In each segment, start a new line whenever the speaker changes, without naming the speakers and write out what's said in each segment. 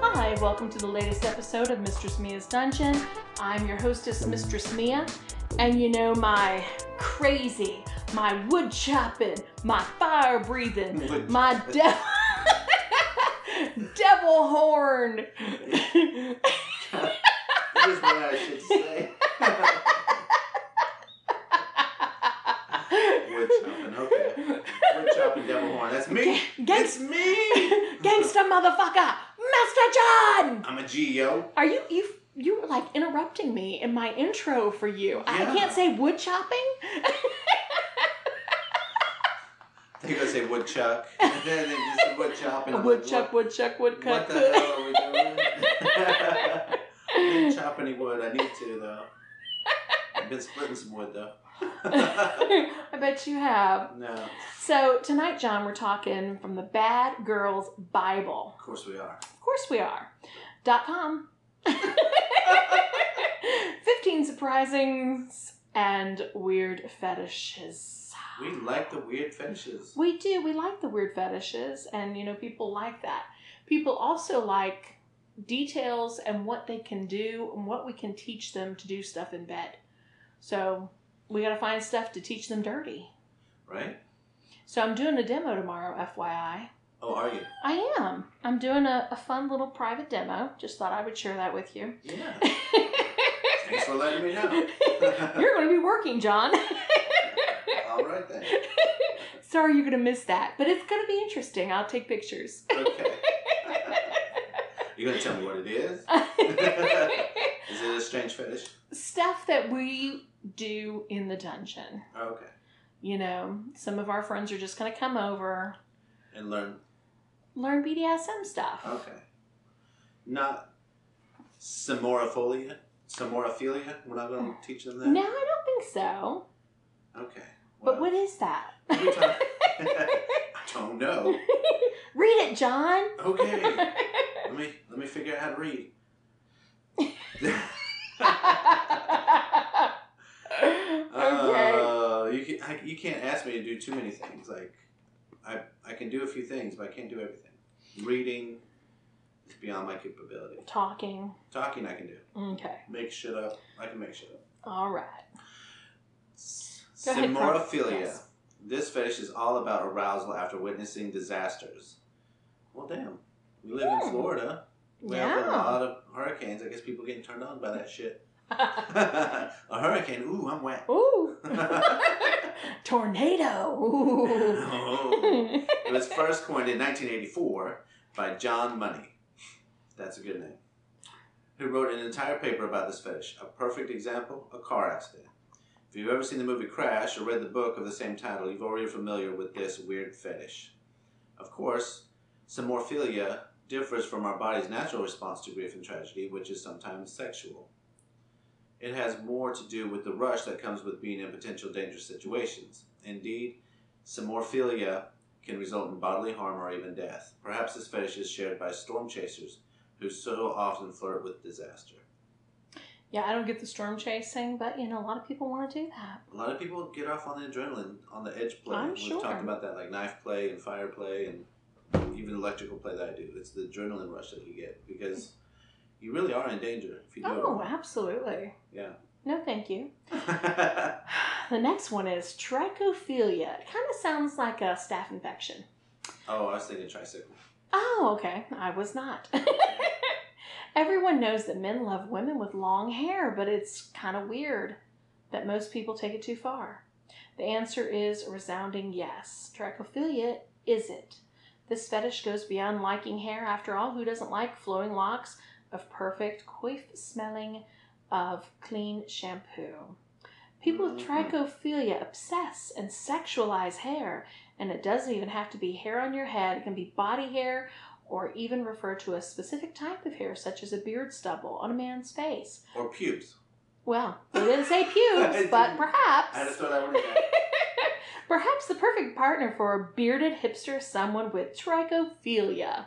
Hi, welcome to the latest episode of Mistress Mia's Dungeon. I'm your hostess, Mistress Mia, and you know my crazy, my wood chopping, my fire breathing,
Wood
my devil. Devil horn.
That is what I should say. Wood chopping, okay. Wood chopping devil horn. That's me.
Gangs-
It's me.
Gangsta motherfucker, Master John.
I'm a G, yo.
Are you you you were like interrupting me in my intro for you? I
Yeah.
can't say wood chopping.
They gonna say woodchuck. And then they just wood chopping. I'm like,
Woodchuck,
what,
woodchuck, woodcut.
What the hell are we doing? I didn't chop any wood. I need to though. I've been splitting some wood though.
I bet you have.
no, of
So tonight, John, we're talking from the Bad Girls Bible.
course we are.
Of course we are. Dot com. 15 surprisings and weird fetishes.
We like the weird finishes.
We do. We like the weird fetishes, and you know, people like that. People also like details and what they can do and what we can teach them to do stuff in bed. So we got to find stuff to teach them dirty.
Right?
So I'm doing a demo tomorrow, FYI.
Oh, are you?
I am. I'm doing a, a fun little private demo. Just thought I would share that with you.
Yeah. Thanks for letting me know.
You're going to be working, John.
All right then.
Sorry you're going to miss that, but it's going to be interesting. I'll take pictures.
Okay. You're gonna tell me what it is? Is it a strange fetish?
stuff that we do in the dungeon.
Okay.
You know, some of our friends are just going to come over,
And learn.
learn BDSM stuff.
Okay. Not samoraphilia. Samorophilia. We're not gonna teach them that.
No, I don't think so.
Okay.
But
Well,
what is that?
what are we talking- I don't know.
Read it, John.
Okay. Let me let me figure out how to read.
okay.
Uh, you can I, you can't ask me to do too many things. Like I I can do a few things, but I can't do everything. Reading is beyond my capability.
Talking.
Talking I can do.
Okay.
Make shit up. I can make shit up.
All right. Go ahead, Carl.
Symorophilia.
Yes.
This fetish is all about arousal after witnessing disasters. Well, damn. We live
Hmm.
in Florida. We have a
Yeah.
lot of hurricanes. I guess people getting turned on by that shit. a hurricane. Ooh, I'm wet.
Ooh. Tornado. Ooh.
Oh. It was first coined in 1984 by John Money. That's a good name. Who wrote an entire paper about this fetish? A perfect example: a car accident. If you've ever seen the movie Crash or read the book of the same title, you've already familiar with this weird fetish. Of course, somorphilia differs from our body's natural response to grief and tragedy, which is sometimes sexual. It has more to do with the rush that comes with being in potential dangerous situations. Indeed, somorphilia can result in bodily harm or even death. Perhaps this fetish is shared by storm chasers who so often flirt with disaster.
yeah, I don't get the storm chasing, but you know, a lot of people want to do that.
A lot of people get off on the adrenaline, on the edge play.
I'm
We've
sure.
talked about that, like knife play and fire play and even electrical play that I do. It's the adrenaline rush that you get because you really are in danger if you do
Oh, absolutely.
Yeah.
No, thank you.
it.
The next one is trichophilia. It kind of sounds like a staph infection.
oh, I was thinking tricycle.
Oh, okay. I was not. Everyone knows that men love women with long hair, but it's kind of weird that most people take it too far. The answer is a resounding yes. Trichophilia is it. This fetish goes beyond liking hair. After all, who doesn't like flowing locks of perfect coif smelling of clean shampoo? People with
Mhm.
trichophilia obsess and sexualize hair, and it doesn't even have to be hair on your head. It can be body hair or even refer to a specific type of hair, such as a beard stubble on a man's face.
Or pubes.
Well, they didn't say pubes, but
I just
perhaps.
thought I would
Perhaps the perfect partner for a bearded hipster is someone with trichophilia.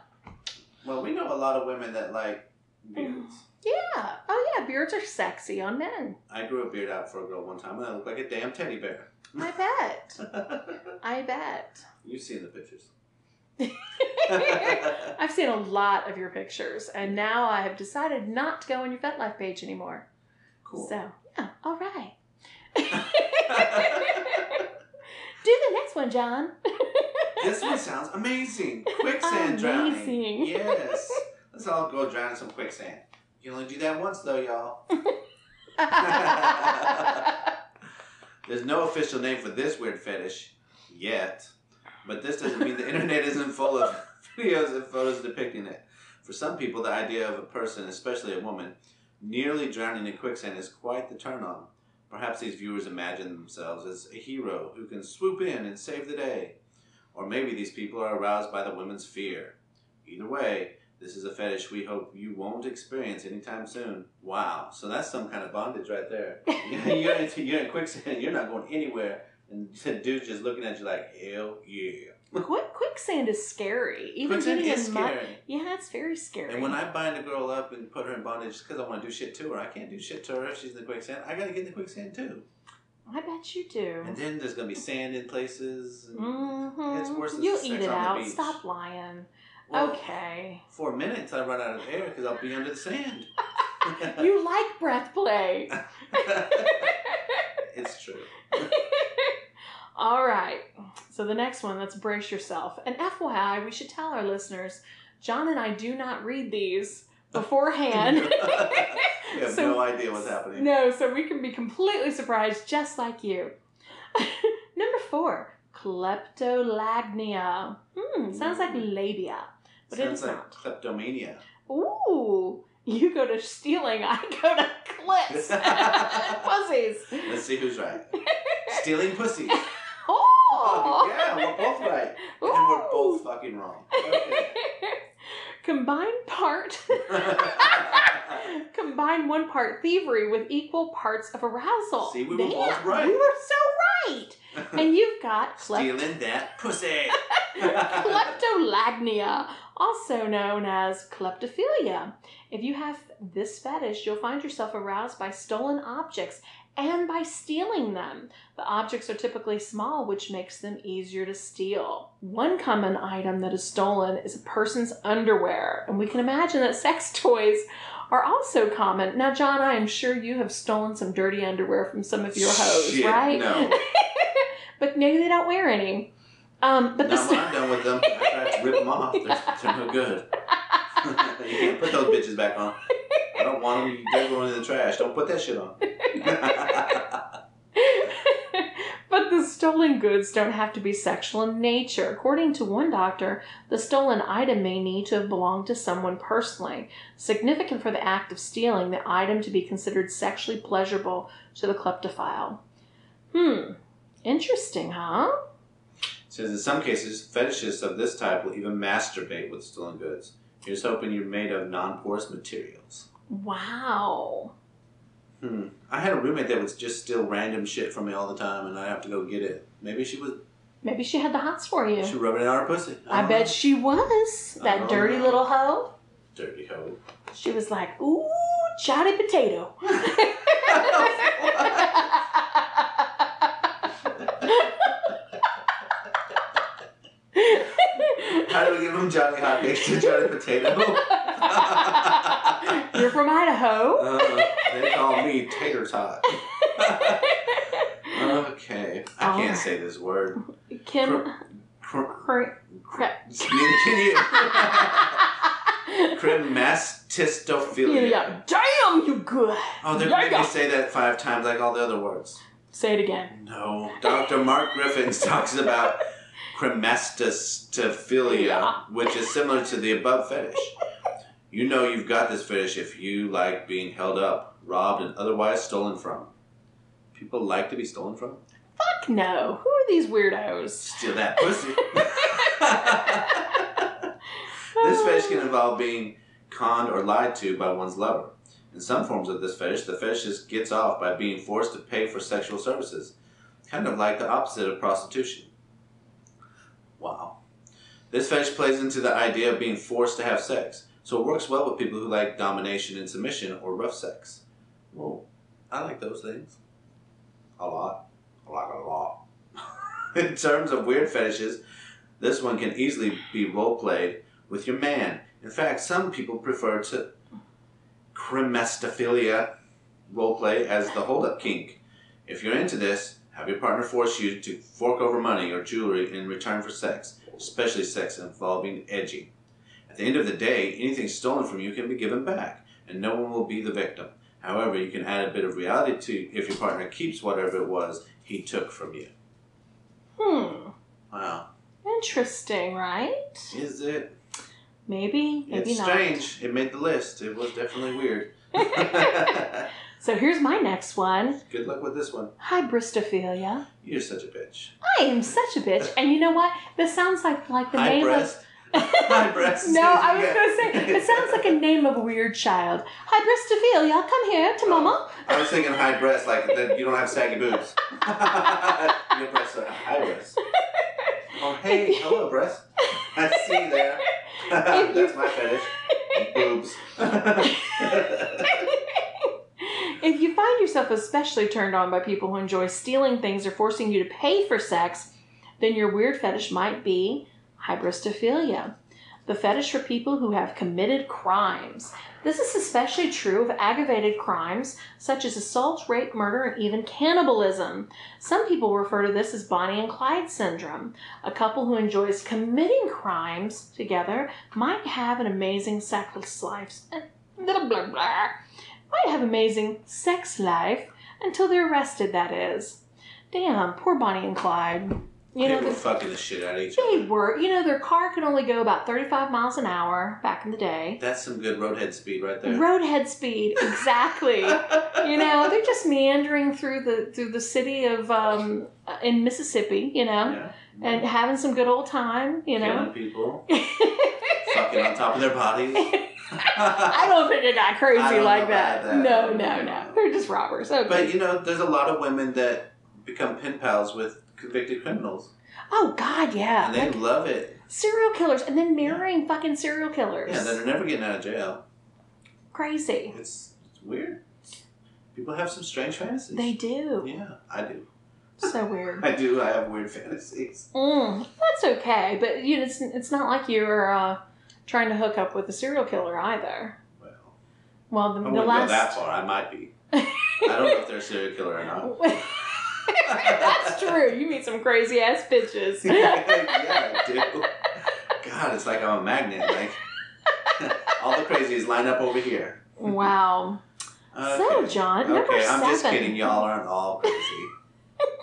Well, we know a lot of women that like beards.
Yeah. Oh, yeah. Beards are sexy on men.
I grew a beard out for a girl one time and I looked like a damn teddy bear.
I bet. I bet.
You've seen the pictures.
I've seen a lot of your pictures, and now I have decided not to go on your vet life page anymore.
cool.
So, yeah, all right. Do the next one, John.
this one sounds amazing. Quicksand
Amazing.
drowning. Yes. Let's all go drown in some quicksand. You can only do that once though, y'all. There's no official name for this weird fetish yet, but this doesn't mean the internet isn't full of videos and photos depicting it. For some people, the idea of a person, especially a woman, nearly drowning in quicksand is quite the turn on. Perhaps these viewers imagine themselves as a hero who can swoop in and save the day. Or maybe these people are aroused by the women's fear. Either way, this is a fetish we hope you won't experience anytime soon. Wow, so that's some kind of bondage right there. you're, in, you're in quicksand, you're not going anywhere. And the dude's just looking at you like, hell yeah.
Quick, quicksand is scary. Even
quicksand
getting
is
in my-
scary.
yeah, it's very scary.
And when I bind a girl up and put her in bondage because I want to do shit to her, I can't do shit to her if she's in the quicksand. I gotta get in the quicksand too.
I bet you do.
And then there's gonna be sand in places. And
hmm
It's worse than
You'll
sex
eat it
on the
out.
beach.
Stop lying.
Well,
okay.
Four minutes, I run out of air because I'll be under the sand.
You like breath play.
it's true.
All right. So the next one, let's brace yourself. And FYI, we should tell our listeners, John and I do not read these beforehand.
You have
So-
no idea what's happening.
no, so we can be completely surprised just like you. Number four, kleptolagnia. Hmm, sounds like labia. but it
Sounds
is
like
not.
kleptomania.
Ooh, you go to stealing, I go to clips. Pussies.
Let's see who's right. Stealing pussy.
Oh,
yeah, we're both right.
Ooh.
And we're both fucking wrong. Okay.
Combine part. Combine one part thievery with equal parts of arousal.
See, we were both
Damn,
right.
We were so right. And you've got klep-
Stealing that pussy.
kleptolagnia, also known as kleptophilia. If you have this fetish, you'll find yourself aroused by stolen objects and by stealing them. The objects are typically small, which makes them easier to steal. One common item that is stolen is a person's underwear, and we can imagine that sex toys are also common. Now, John, I am sure you have stolen some dirty underwear from some of your hoes,
Shit,
right?
No.
But maybe they don't wear any. Um, but the
Not when I'm done with them. I tried to rip them off. They're, they're no good. you can't put those bitches back on. I don't want them. They're going in the trash. Don't put that shit on.
but the stolen goods don't have to be sexual in nature. According to one doctor, the stolen item may need to have belonged to someone personally. Significant for the act of stealing the item to be considered sexually pleasurable to the kleptophile. Hmm. Interesting, huh?
Says in some cases, fetishists of this type will even masturbate with stolen goods. Here's hoping you're made of non-porous materials.
Wow.
Hmm. I had a roommate that would just steal random shit from me all the time, and I have to go get it. Maybe she was
Maybe she had the hots for you.
she rubbing it on her pussy. Um,
I
don't
bet
know.
she was.
I
That
don't
dirty
know.
little hoe.
dirty hoe.
She was like, ooh, chowdy potato.
How do we give him Johnny Hot Cakes to Johnny Potato?
You're from Idaho.
Uh, they call me tater tot. okay, I
All
can't
right.
say this word.
Kim
Cr-
Cr- Crep.
Can you? Crimastistophilia.
Yeah, Damn, you good.
Oh, they're
Yeah,
making
yeah.
me say that five times like all the other words.
Say it again.
No. Dr. Mark Griffiths talks about
Yeah.
cremastistophilia, which is similar to the above fetish. You know you've got this fetish if you like being held up, robbed, and otherwise stolen from. People like to be stolen from?
Fuck no. Who are these weirdos?
Steal that pussy. this fetish can involve being conned or lied to by one's lover. In some forms of this fetish, the fetishist gets off by being forced to pay for sexual services, kind of like the opposite of prostitution. Wow. This fetish plays into the idea of being forced to have sex, So it works well with people who like domination and submission or rough sex. Well, I like those things. A lot. I like a lot. In terms of weird fetishes, this one can easily be role played with your man. In fact, some people prefer to cremestophilia role play as the hold up kink. If you're into this, have your partner force you to fork over money or jewelry in return for sex, especially sex involving edging. At the end of the day, anything stolen from you can be given back, and no one will be the victim. However, you can add a bit of reality to if your partner keeps whatever it was he took from you.
Hmm.
Wow.
Interesting, right?
Is it?
Maybe, maybe
it's
not.
strange. It made the list. It was definitely weird.
so here's my next one.
Good luck with this one.
Hybristophilia.
You're such a bitch.
I am such a bitch, and you know what? This sounds like like the
High
name of
breast. High breast.
no, I was
Yeah.
going to say, it sounds like a name of a weird child. Hybristophilia, come here to mama.
I was thinking high breast, like that you don't have saggy boobs. Your breasts are high breast. Oh, hey, hello, breast. I see you there.
If you-
That's my fetish. Boobs.
If you find yourself especially turned on by people who enjoy stealing things or forcing you to pay for sex, then your weird fetish might be hybristophilia, the fetish for people who have committed crimes. This is especially true of aggravated crimes such as assault, rape, murder, and even cannibalism. Some people refer to this as Bonnie and Clyde syndrome. A couple who enjoys committing crimes together might have an amazing sexless life. Blah, blah, blah might have amazing sex life until they're arrested, that is. Damn, poor Bonnie and Clyde. You know,
they were
the,
fucking the shit out of each
they
other.
were, you know, their car could only go about 35 miles an hour back in the day.
That's some good roadhead speed right there.
Roadhead speed, exactly. you know, they're just meandering through the through the city of um, in Mississippi, you know,
Yeah.
and having some good old time, you know.
Killing people. fucking on top of their bodies.
I don't think they got
I
crazy
don't
like
know
that.
about that.
No, no, no. They're just robbers. Okay.
But you know, there's a lot of women that become pen pals with convicted criminals,
oh God, yeah.
and they love it.
serial killers and then marrying fucking serial killers.
Yeah, that are never getting out of jail.
Crazy.
It's, it's weird. People have some strange fantasies.
They do.
Yeah, I do.
So weird.
I do. I have weird fantasies.
Mm, that's okay, but you know, it's it's not like you're uh, trying to hook up with a serial killer either.
Well,
Well,
I
the, the
wouldn't go that
last.
far. I might be. I don't know if they're a serial killer or not.
that's true. You meet some crazy ass bitches.
yeah, I do. God, it's like I'm a magnet. Like all the crazies line up over here.
wow. So,
Okay.
John,
Okay,
number
I'm
seven.
just kidding. Y'all aren't all crazy.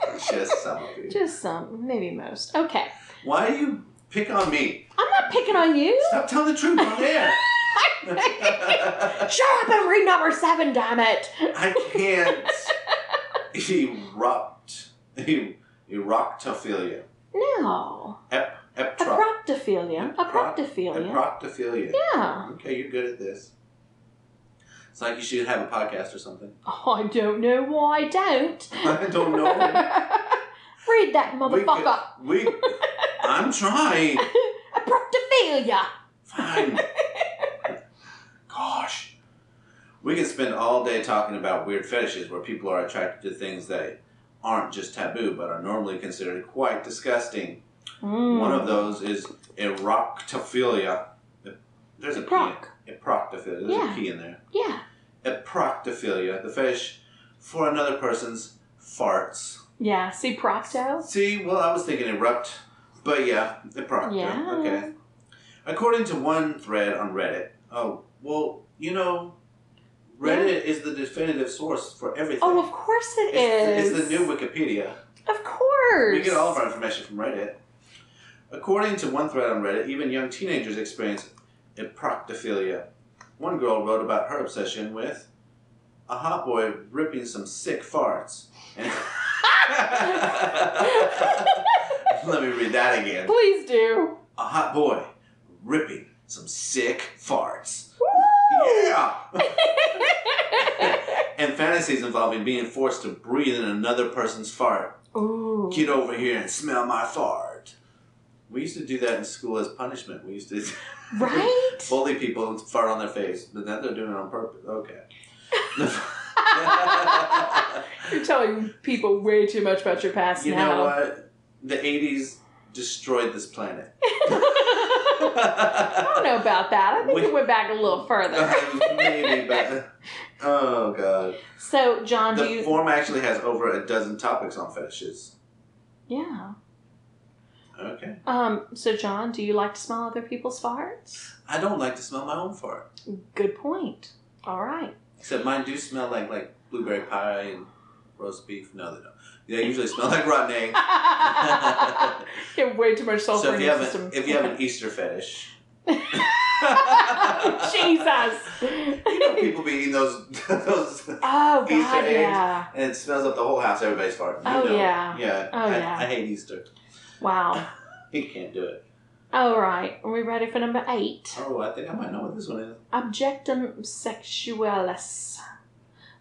It's just some of you.
Just some, maybe most. Okay,
Why do you pick on me?
I'm not picking on you.
Stop telling the truth on air.
Shut up and read number seven, damn it.
I can't. Erupt. Eructophilia.
No.
Ep, eptro,
Aproctophilia.
Aproc-
Aproctophilia.
eproctophilia.
Yeah.
Okay, you're good at this. It's like you should have a podcast or something.
Oh, I don't know why I don't.
I don't know.
Read that
We
motherfucker.
could- We, I'm trying.
Aproctophilia.
Fine. Gosh. We can spend all day talking about weird fetishes where people are attracted to things that aren't just taboo but are normally considered quite disgusting.
Mm.
One of those is erochtophilia. There's a P. in-
Proc.
Eproctophilia. There's
Yeah.
a P in there.
Yeah.
Eproctophilia, the fetish for another person's farts.
Yeah. See procto?
See, well, I was thinking erupt, but yeah, erupt.
Yeah.
Okay. According to one thread on Reddit, oh, well, you know, Reddit is the definitive source for everything.
Oh, of course it
it's,
is.
it's the new Wikipedia.
Of course.
We get all of our information from Reddit. According to one thread on Reddit, even young teenagers experience eproctophilia. One girl wrote about her obsession with a hot boy ripping some sick farts. And Let me read that again.
Please do.
A hot boy ripping some sick farts.
Woo!
Yeah! and fantasies involving being forced to breathe in another person's fart
Ooh.
get over here and smell my fart. We used to do that in school as punishment. We used to
Right?
Bully people and fart on their face, but then they're doing it on purpose. Okay.
You're telling people way too much about your past
you know
now.
what? The 80s destroyed this planet.
I don't know about that. I think
We-
it went back a little further.
Maybe, but. Oh, God.
So, John, do
The
you?
form actually has over a dozen topics on fetishes.
yeah.
Okay.
Um. So, John, do you like to smell other people's farts?
I don't like to smell my own fart.
Good point. All right.
Except mine do smell like like blueberry pie and roast beef. No, they don't. They usually smell like rotten egg.
you have way too much sulfur
So if
in
you
your
have
system.
a, if you have an Easter fetish,
Jesus.
you know people be eating those those,
Oh God,
Easter eggs.
yeah.
and it smells up the whole house. Everybody's farting. You
Oh,
know.
yeah.
yeah.
Oh,
I,
yeah.
I hate Easter.
Wow.
You can't do it.
All right. Are we ready for number eight?
Oh, I think I might know what this one is.
Objectum sexualis.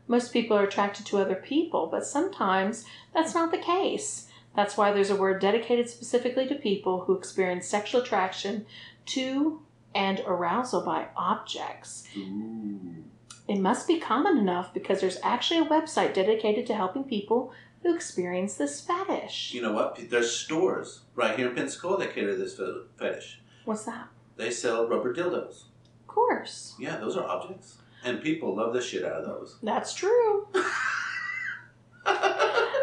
Most people are attracted to other people, but sometimes that's not the case. That's why there's a word dedicated specifically to people who experience sexual attraction to and arousal by objects.
Ooh.
It must be common enough because there's actually a website dedicated to helping people who experience this fetish.
You know what? There's stores right here in Pensacola that cater to this fe- fetish.
What's that?
They sell rubber dildos.
Of course.
Yeah, those are objects, and people love the shit out of those.
That's true.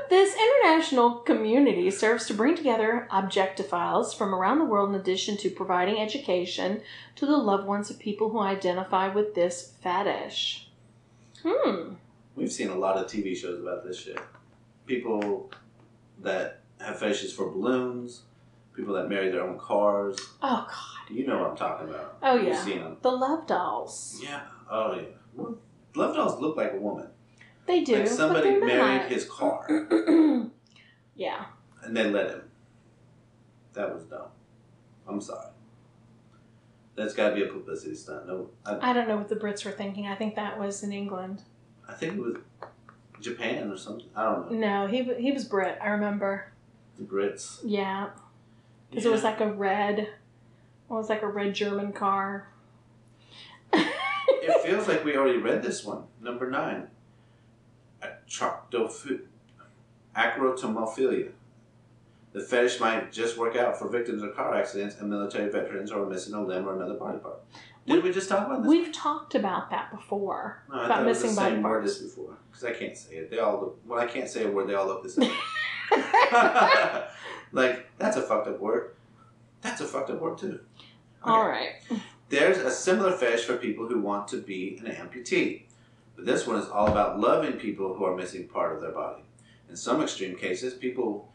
This international community serves to bring together objectophiles from around the world in addition to providing education to the loved ones of people who identify with this fetish. Hmm.
We've seen a lot of TV shows about this shit. People that have fetishes for balloons, people that marry their own cars.
Oh, God.
You know what I'm talking about.
Oh,
You've
yeah.
seen them.
The love dolls.
Yeah. Oh, yeah. Well, Love dolls look like a woman.
They do.
like somebody
but they're
married
not.
his car
yeah.
and they let him. That was dumb. I'm sorry. That's got to be a publicity stunt. No, I,
I don't know what the Brits were thinking. I think that was in England.
I think it was Japan or something. I don't
No,
know.
he, w- he was Brit, I remember.
The Brits.
Yeah. Because it was like a red, it was like a red German car.
It feels like we already read this one. Number nine. Attractoph- Acrotomophilia. The fetish might just work out for victims of car accidents and military veterans or missing a limb or another body part. Did we just talk about this?
We've talked about that before.
no, I
about
thought it was the
missing body
same word
parts.
as before. Because I can't say it. They all look, when I can't say a word, they all look the same. like, that's a fucked up word. That's a fucked up word, too. Okay.
All right.
There's a similar fetish for people who want to be an amputee, but this one is all about loving people who are missing part of their body. In some extreme cases, people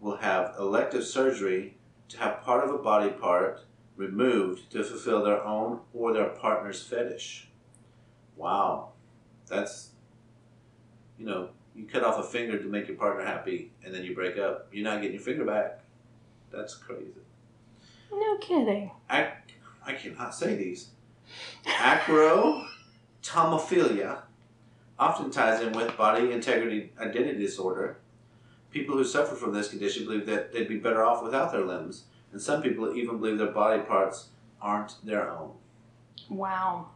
will have elective surgery to have part of a body part removed to fulfill their own or their partner's fetish. Wow. That's, you know, you cut off a finger to make your partner happy and then you break up. You're not getting your finger back. That's crazy.
No kidding.
Ac- I cannot say these. Acrotomophilia, often ties in with body integrity identity disorder. People who suffer from this condition believe that they'd be better off without their limbs, and some people even believe their body parts aren't their own.
Wow.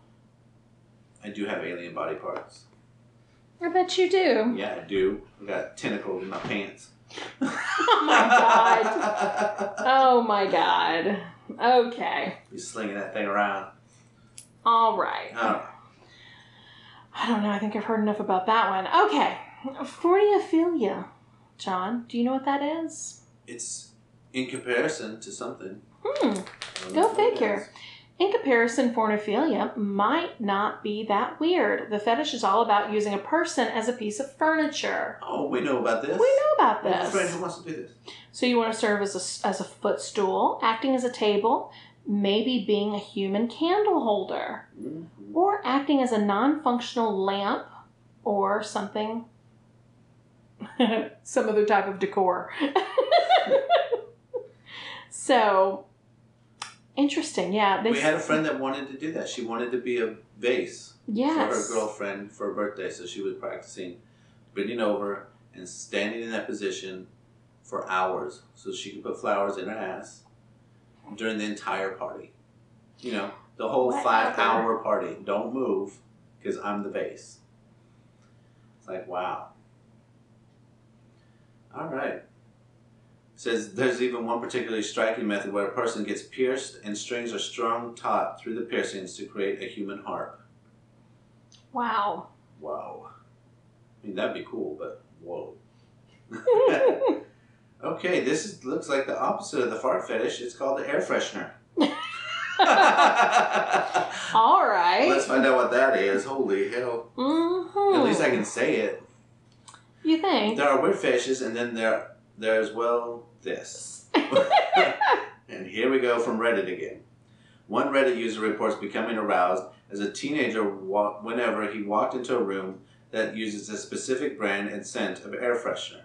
I do have alien body parts.
I bet you do.
Yeah, I do. I got tentacles in my pants.
Oh my god. Oh my god. Okay.
you slinging that thing around.
All right.
Oh,
I don't know. I think I've heard enough about that one. Okay. Fortiophilia. John, do you know what that is?
it's in comparison to something. Um,
Hmm.
I don't
Go
know what it
figure.
is.
In comparison, pornophilia might not be that weird. The fetish is all about using a person as a piece of furniture.
Oh, we know about
We
this.
know about
Well,
this.
Fred, who wants to do this?
So you want to serve as a, s- as a footstool, acting as a table, maybe being a human candle holder, or acting as a non functional lamp or something, some other type of decor. so interesting. Yeah. They,
We had a friend that wanted to do that. She wanted to be a bass
Yes.
for her girlfriend for her birthday, so she was practicing bending over and standing in that position for hours so she could put flowers in her ass during the entire party. You know, the whole
Whatever.
five hour party. Don't move because I'm the bass. It's like, wow. All right. Says there's even one particularly striking method where a person gets pierced and strings are strung taut through the piercings to create a human harp.
Wow.
Wow. I mean, that'd be cool, but whoa. Okay, this is, looks like the opposite of the fart fetish. It's called the air freshener.
All right.
Let's find out what that is. Holy hell.
Mhm.
At least I can say it.
You think?
There are weird fetishes, and then there there's well this. and here we go from Reddit again. One Reddit user reports becoming aroused as a teenager wa- whenever he walked into a room that uses a specific brand and scent of air freshener.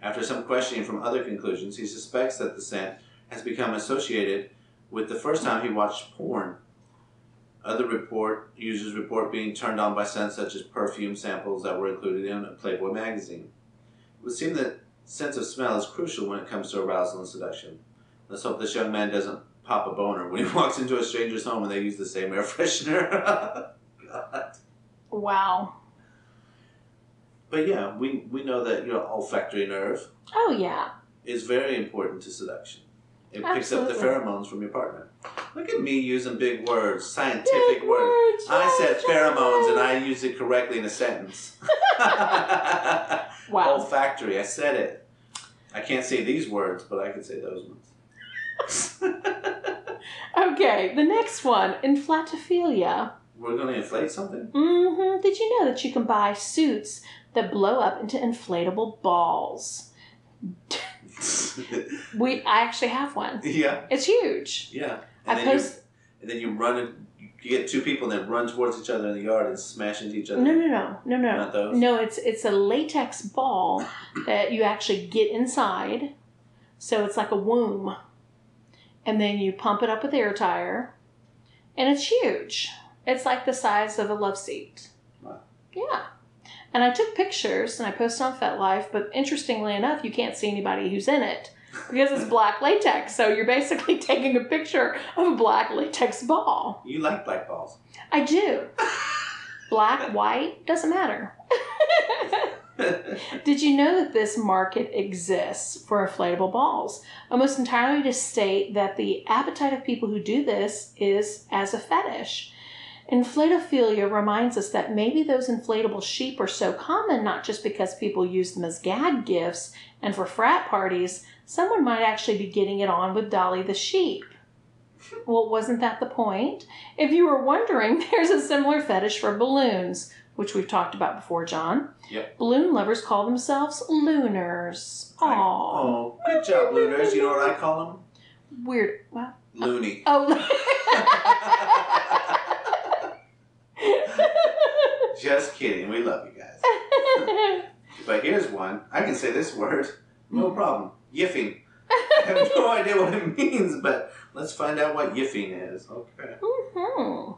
After some questioning from other conclusions, he suspects that the scent has become associated with the first time he watched porn. Other report users report being turned on by scents such as perfume samples that were included in a Playboy magazine. It would seem that sense of smell is crucial when it comes to arousal and seduction. Let's hope this young man doesn't pop a boner when he walks into a stranger's home and they use the same air freshener. God.
Wow.
But yeah, we, we know that your olfactory nerve
Oh yeah.
is very important to seduction. It picks up the
Absolutely.
pheromones from your partner. Look at me using big words, scientific
Big
words.
words.
I said
yeah, yeah.
pheromones and I used it correctly in a sentence.
Wow.
Olfactory, I said it. I can't say these words, but I can say those ones.
Okay, the next one, inflatophilia.
We're going to inflate something?
hmm Did you know that you can buy suits that blow up into inflatable balls? We, I actually have one.
yeah,
It's huge.
yeah. And,
I
then
post.
you, and then you run, and, you get two people and then run towards each other in the yard and smash into each other.
No, no, no, no, no.
Not those?
No, it's it's a latex ball that you actually get inside. So it's like a womb. And then you pump it up with air tire. And it's huge. It's like the size of a love seat.
Wow.
Yeah. And I took pictures and I posted on FetLife, but interestingly enough, you can't see anybody who's in it because it's black latex. So you're basically taking a picture of a black latex ball.
You like black balls.
I do. Black, white, doesn't matter. Did you know that this market exists for inflatable balls? Almost entirely to state that the appetite of people who do this is as a fetish. Inflatophilia reminds us that maybe those inflatable sheep are so common not just because people use them as gag gifts and for frat parties, someone might actually be getting it on with Dolly the sheep. Well, wasn't that the point? If you were wondering, there's a similar fetish for balloons, which we've talked about before, John.
Yep.
Balloon lovers call themselves lunars.
Like,
Aww.
oh, good job, Lunars. You know what I call them?
Weird. Well,
Loony.
oh.
Just kidding. We love you guys. But here's one. I can say this word. No
Mm-hmm.
problem. Yiffing. I have no idea what it means, but let's find out what yiffing is. Okay.
Mhm.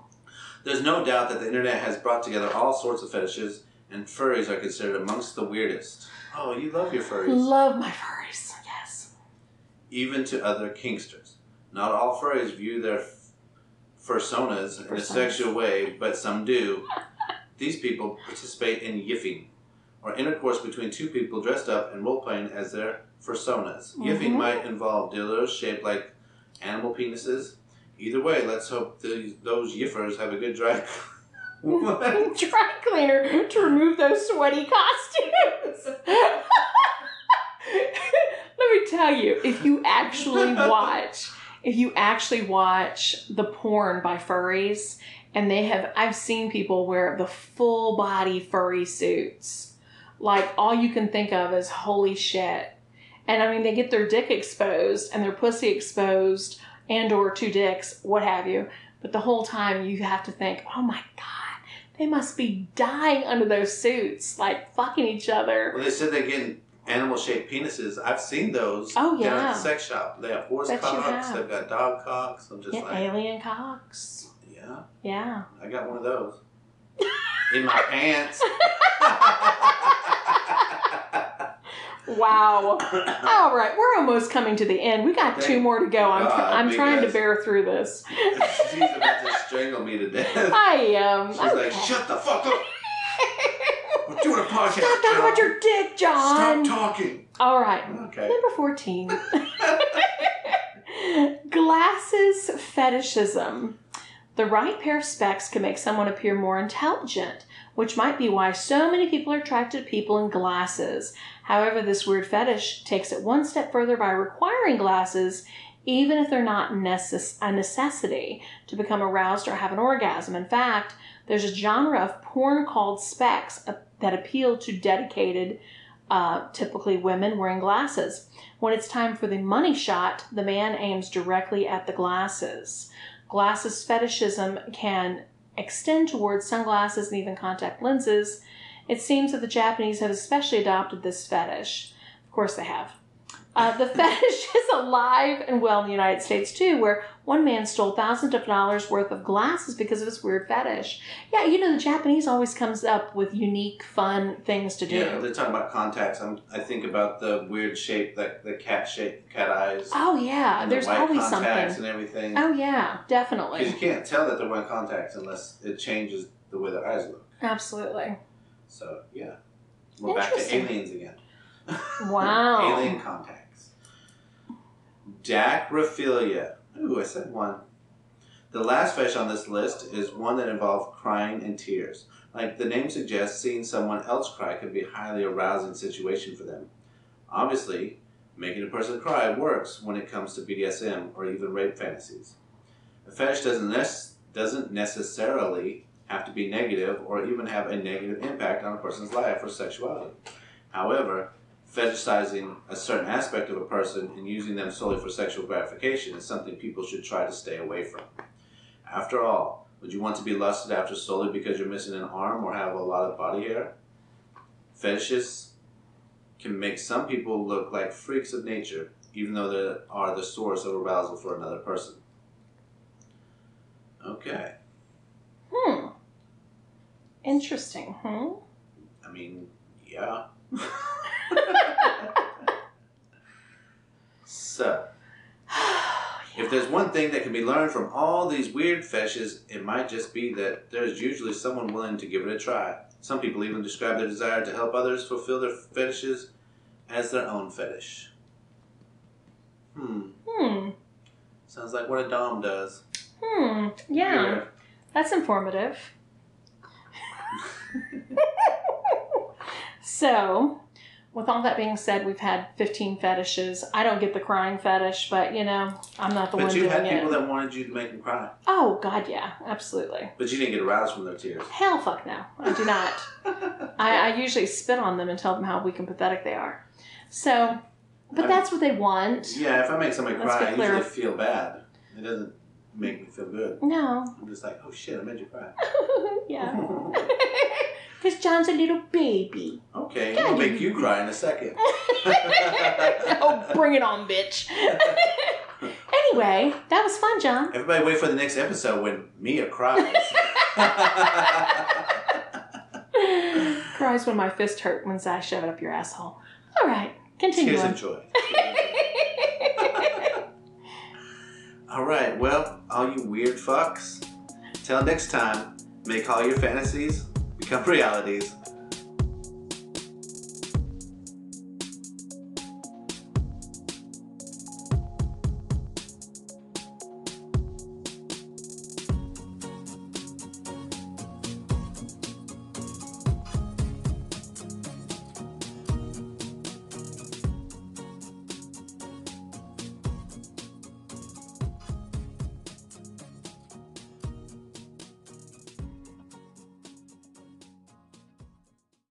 There's no doubt that the internet has brought together all sorts of fetishes, and furries are considered amongst the weirdest. Oh, you love your furries.
Love my furries. Yes.
Even to other kinksters. Not all furries view their f- fursonas in a
Fursonas.
sexual way, but some do. These people participate in yiffing, or intercourse between two people dressed up and role playing as their fursonas. Yiffing
Mhm.
might involve dildos shaped like animal penises. Either way, let's hope th- those yiffers have a good drive. what?
Dry cleaner to remove those sweaty costumes. Let me tell you, if you actually watch, if you actually watch the porn by furries, and they have, I've seen people wear the full body furry suits. Like all you can think of is holy shit. And I mean, they get their dick exposed and their pussy exposed, and or two dicks, what have you. But the whole time you have to think, oh my god, they must be dying under those suits, like fucking each other.
Well, they said they're getting animal shaped penises. I've seen those
Oh,
down at
yeah.
the sex shop. They have horse
Bet you
cocks,
have.
they've got dog cocks. I'm just
Yeah,
like,
alien cocks.
yeah.
Yeah.
I got one of those in my pants.
Wow. All right, we're almost coming to the end. We got two more to go. I'm, tr-
God,
I'm trying to
because-
bear through this.
She's about to strangle me to death.
I am.
She's
okay.
like, shut the fuck up. We're doing a podcast.
Stop talking about
John.
your dick, John.
Stop talking.
All right,
Okay.
number 14 glasses fetishism. The right pair of specs can make someone appear more intelligent, which might be why so many people are attracted to people in glasses. However, this weird fetish takes it one step further by requiring glasses, even if they're not necess- a necessity, to become aroused or have an orgasm. In fact, there's a genre of porn called specs uh, that appeal to dedicated, uh, typically women wearing glasses. When it's time for the money shot, the man aims directly at the glasses. Glasses fetishism can extend towards sunglasses and even contact lenses. It seems that the Japanese have especially adopted this fetish. Of course, they have. Uh, the fetish is alive and well in the United States too, where one man stole thousands of dollars worth of glasses because of his weird fetish. Yeah, you know the Japanese always comes up with unique, fun things to do.
Yeah, they're talking about contacts. I'm, I think about the weird shape, like the cat shape, cat eyes.
oh yeah,
and
there's
the white
always something.
contacts and everything.
Oh yeah,
Because
definitely,
you can't tell that they're wearing contacts unless it changes the way their eyes look.
absolutely.
So yeah, we're back to
Interesting.
aliens again.
Wow.
Alien contacts. Dacrophilia. Ooh, I said one. The last fish on this list is one that involved crying and tears. Like the name suggests, seeing someone else cry could be a highly arousing situation for them. Obviously, making a person cry works when it comes to BDSM or even rape fantasies. A fetish doesn't, nec- doesn't necessarily have to be negative or even have a negative impact on a person's life or sexuality. However, fetishizing a certain aspect of a person and using them solely for sexual gratification is something people should try to stay away from. After all, would you want to be lusted after solely because you're missing an arm or have a lot of body hair? Fetishes can make some people look like freaks of nature, even though they are the source of arousal for another person. Okay.
Hmm. Interesting. Hmm.
I mean, yeah. so, if there's one thing that can be learned from all these weird fetishes, it might just be that there's usually someone willing to give it a try. Some people even describe their desire to help others fulfill their fetishes as their own fetish. Hmm.
Hmm.
Sounds like what a Dom does.
Hmm. Yeah,
Weird.
that's informative. so, with all that being said, we've had 15 fetishes. I don't get the crying fetish, but you know, I'm not the
But
one
you
doing
had
it.
people that wanted you to make them cry.
oh God, yeah, absolutely.
But you didn't get aroused from their tears.
Hell, fuck no, I do not. I, I usually spit on them and tell them how weak and pathetic they are. So, but
I'm-
that's what they want.
Yeah, if I make somebody
Let's
cry, I
be clear.
usually feel bad. It doesn't make me feel good.
No.
I'm just like, oh shit, I made you cry.
yeah. Because John's a little baby.
okay,
Yeah,
we'll
you-
make you cry in a second.
oh, bring it on, bitch. anyway, that was fun, John.
Everybody wait for the next episode when Mia cries.
Cries when my fist hurt when I shove it up your asshole. All right, continue.
Tears
on.
of joy. All right, well, all you weird fucks, till next time, make all your fantasies become realities.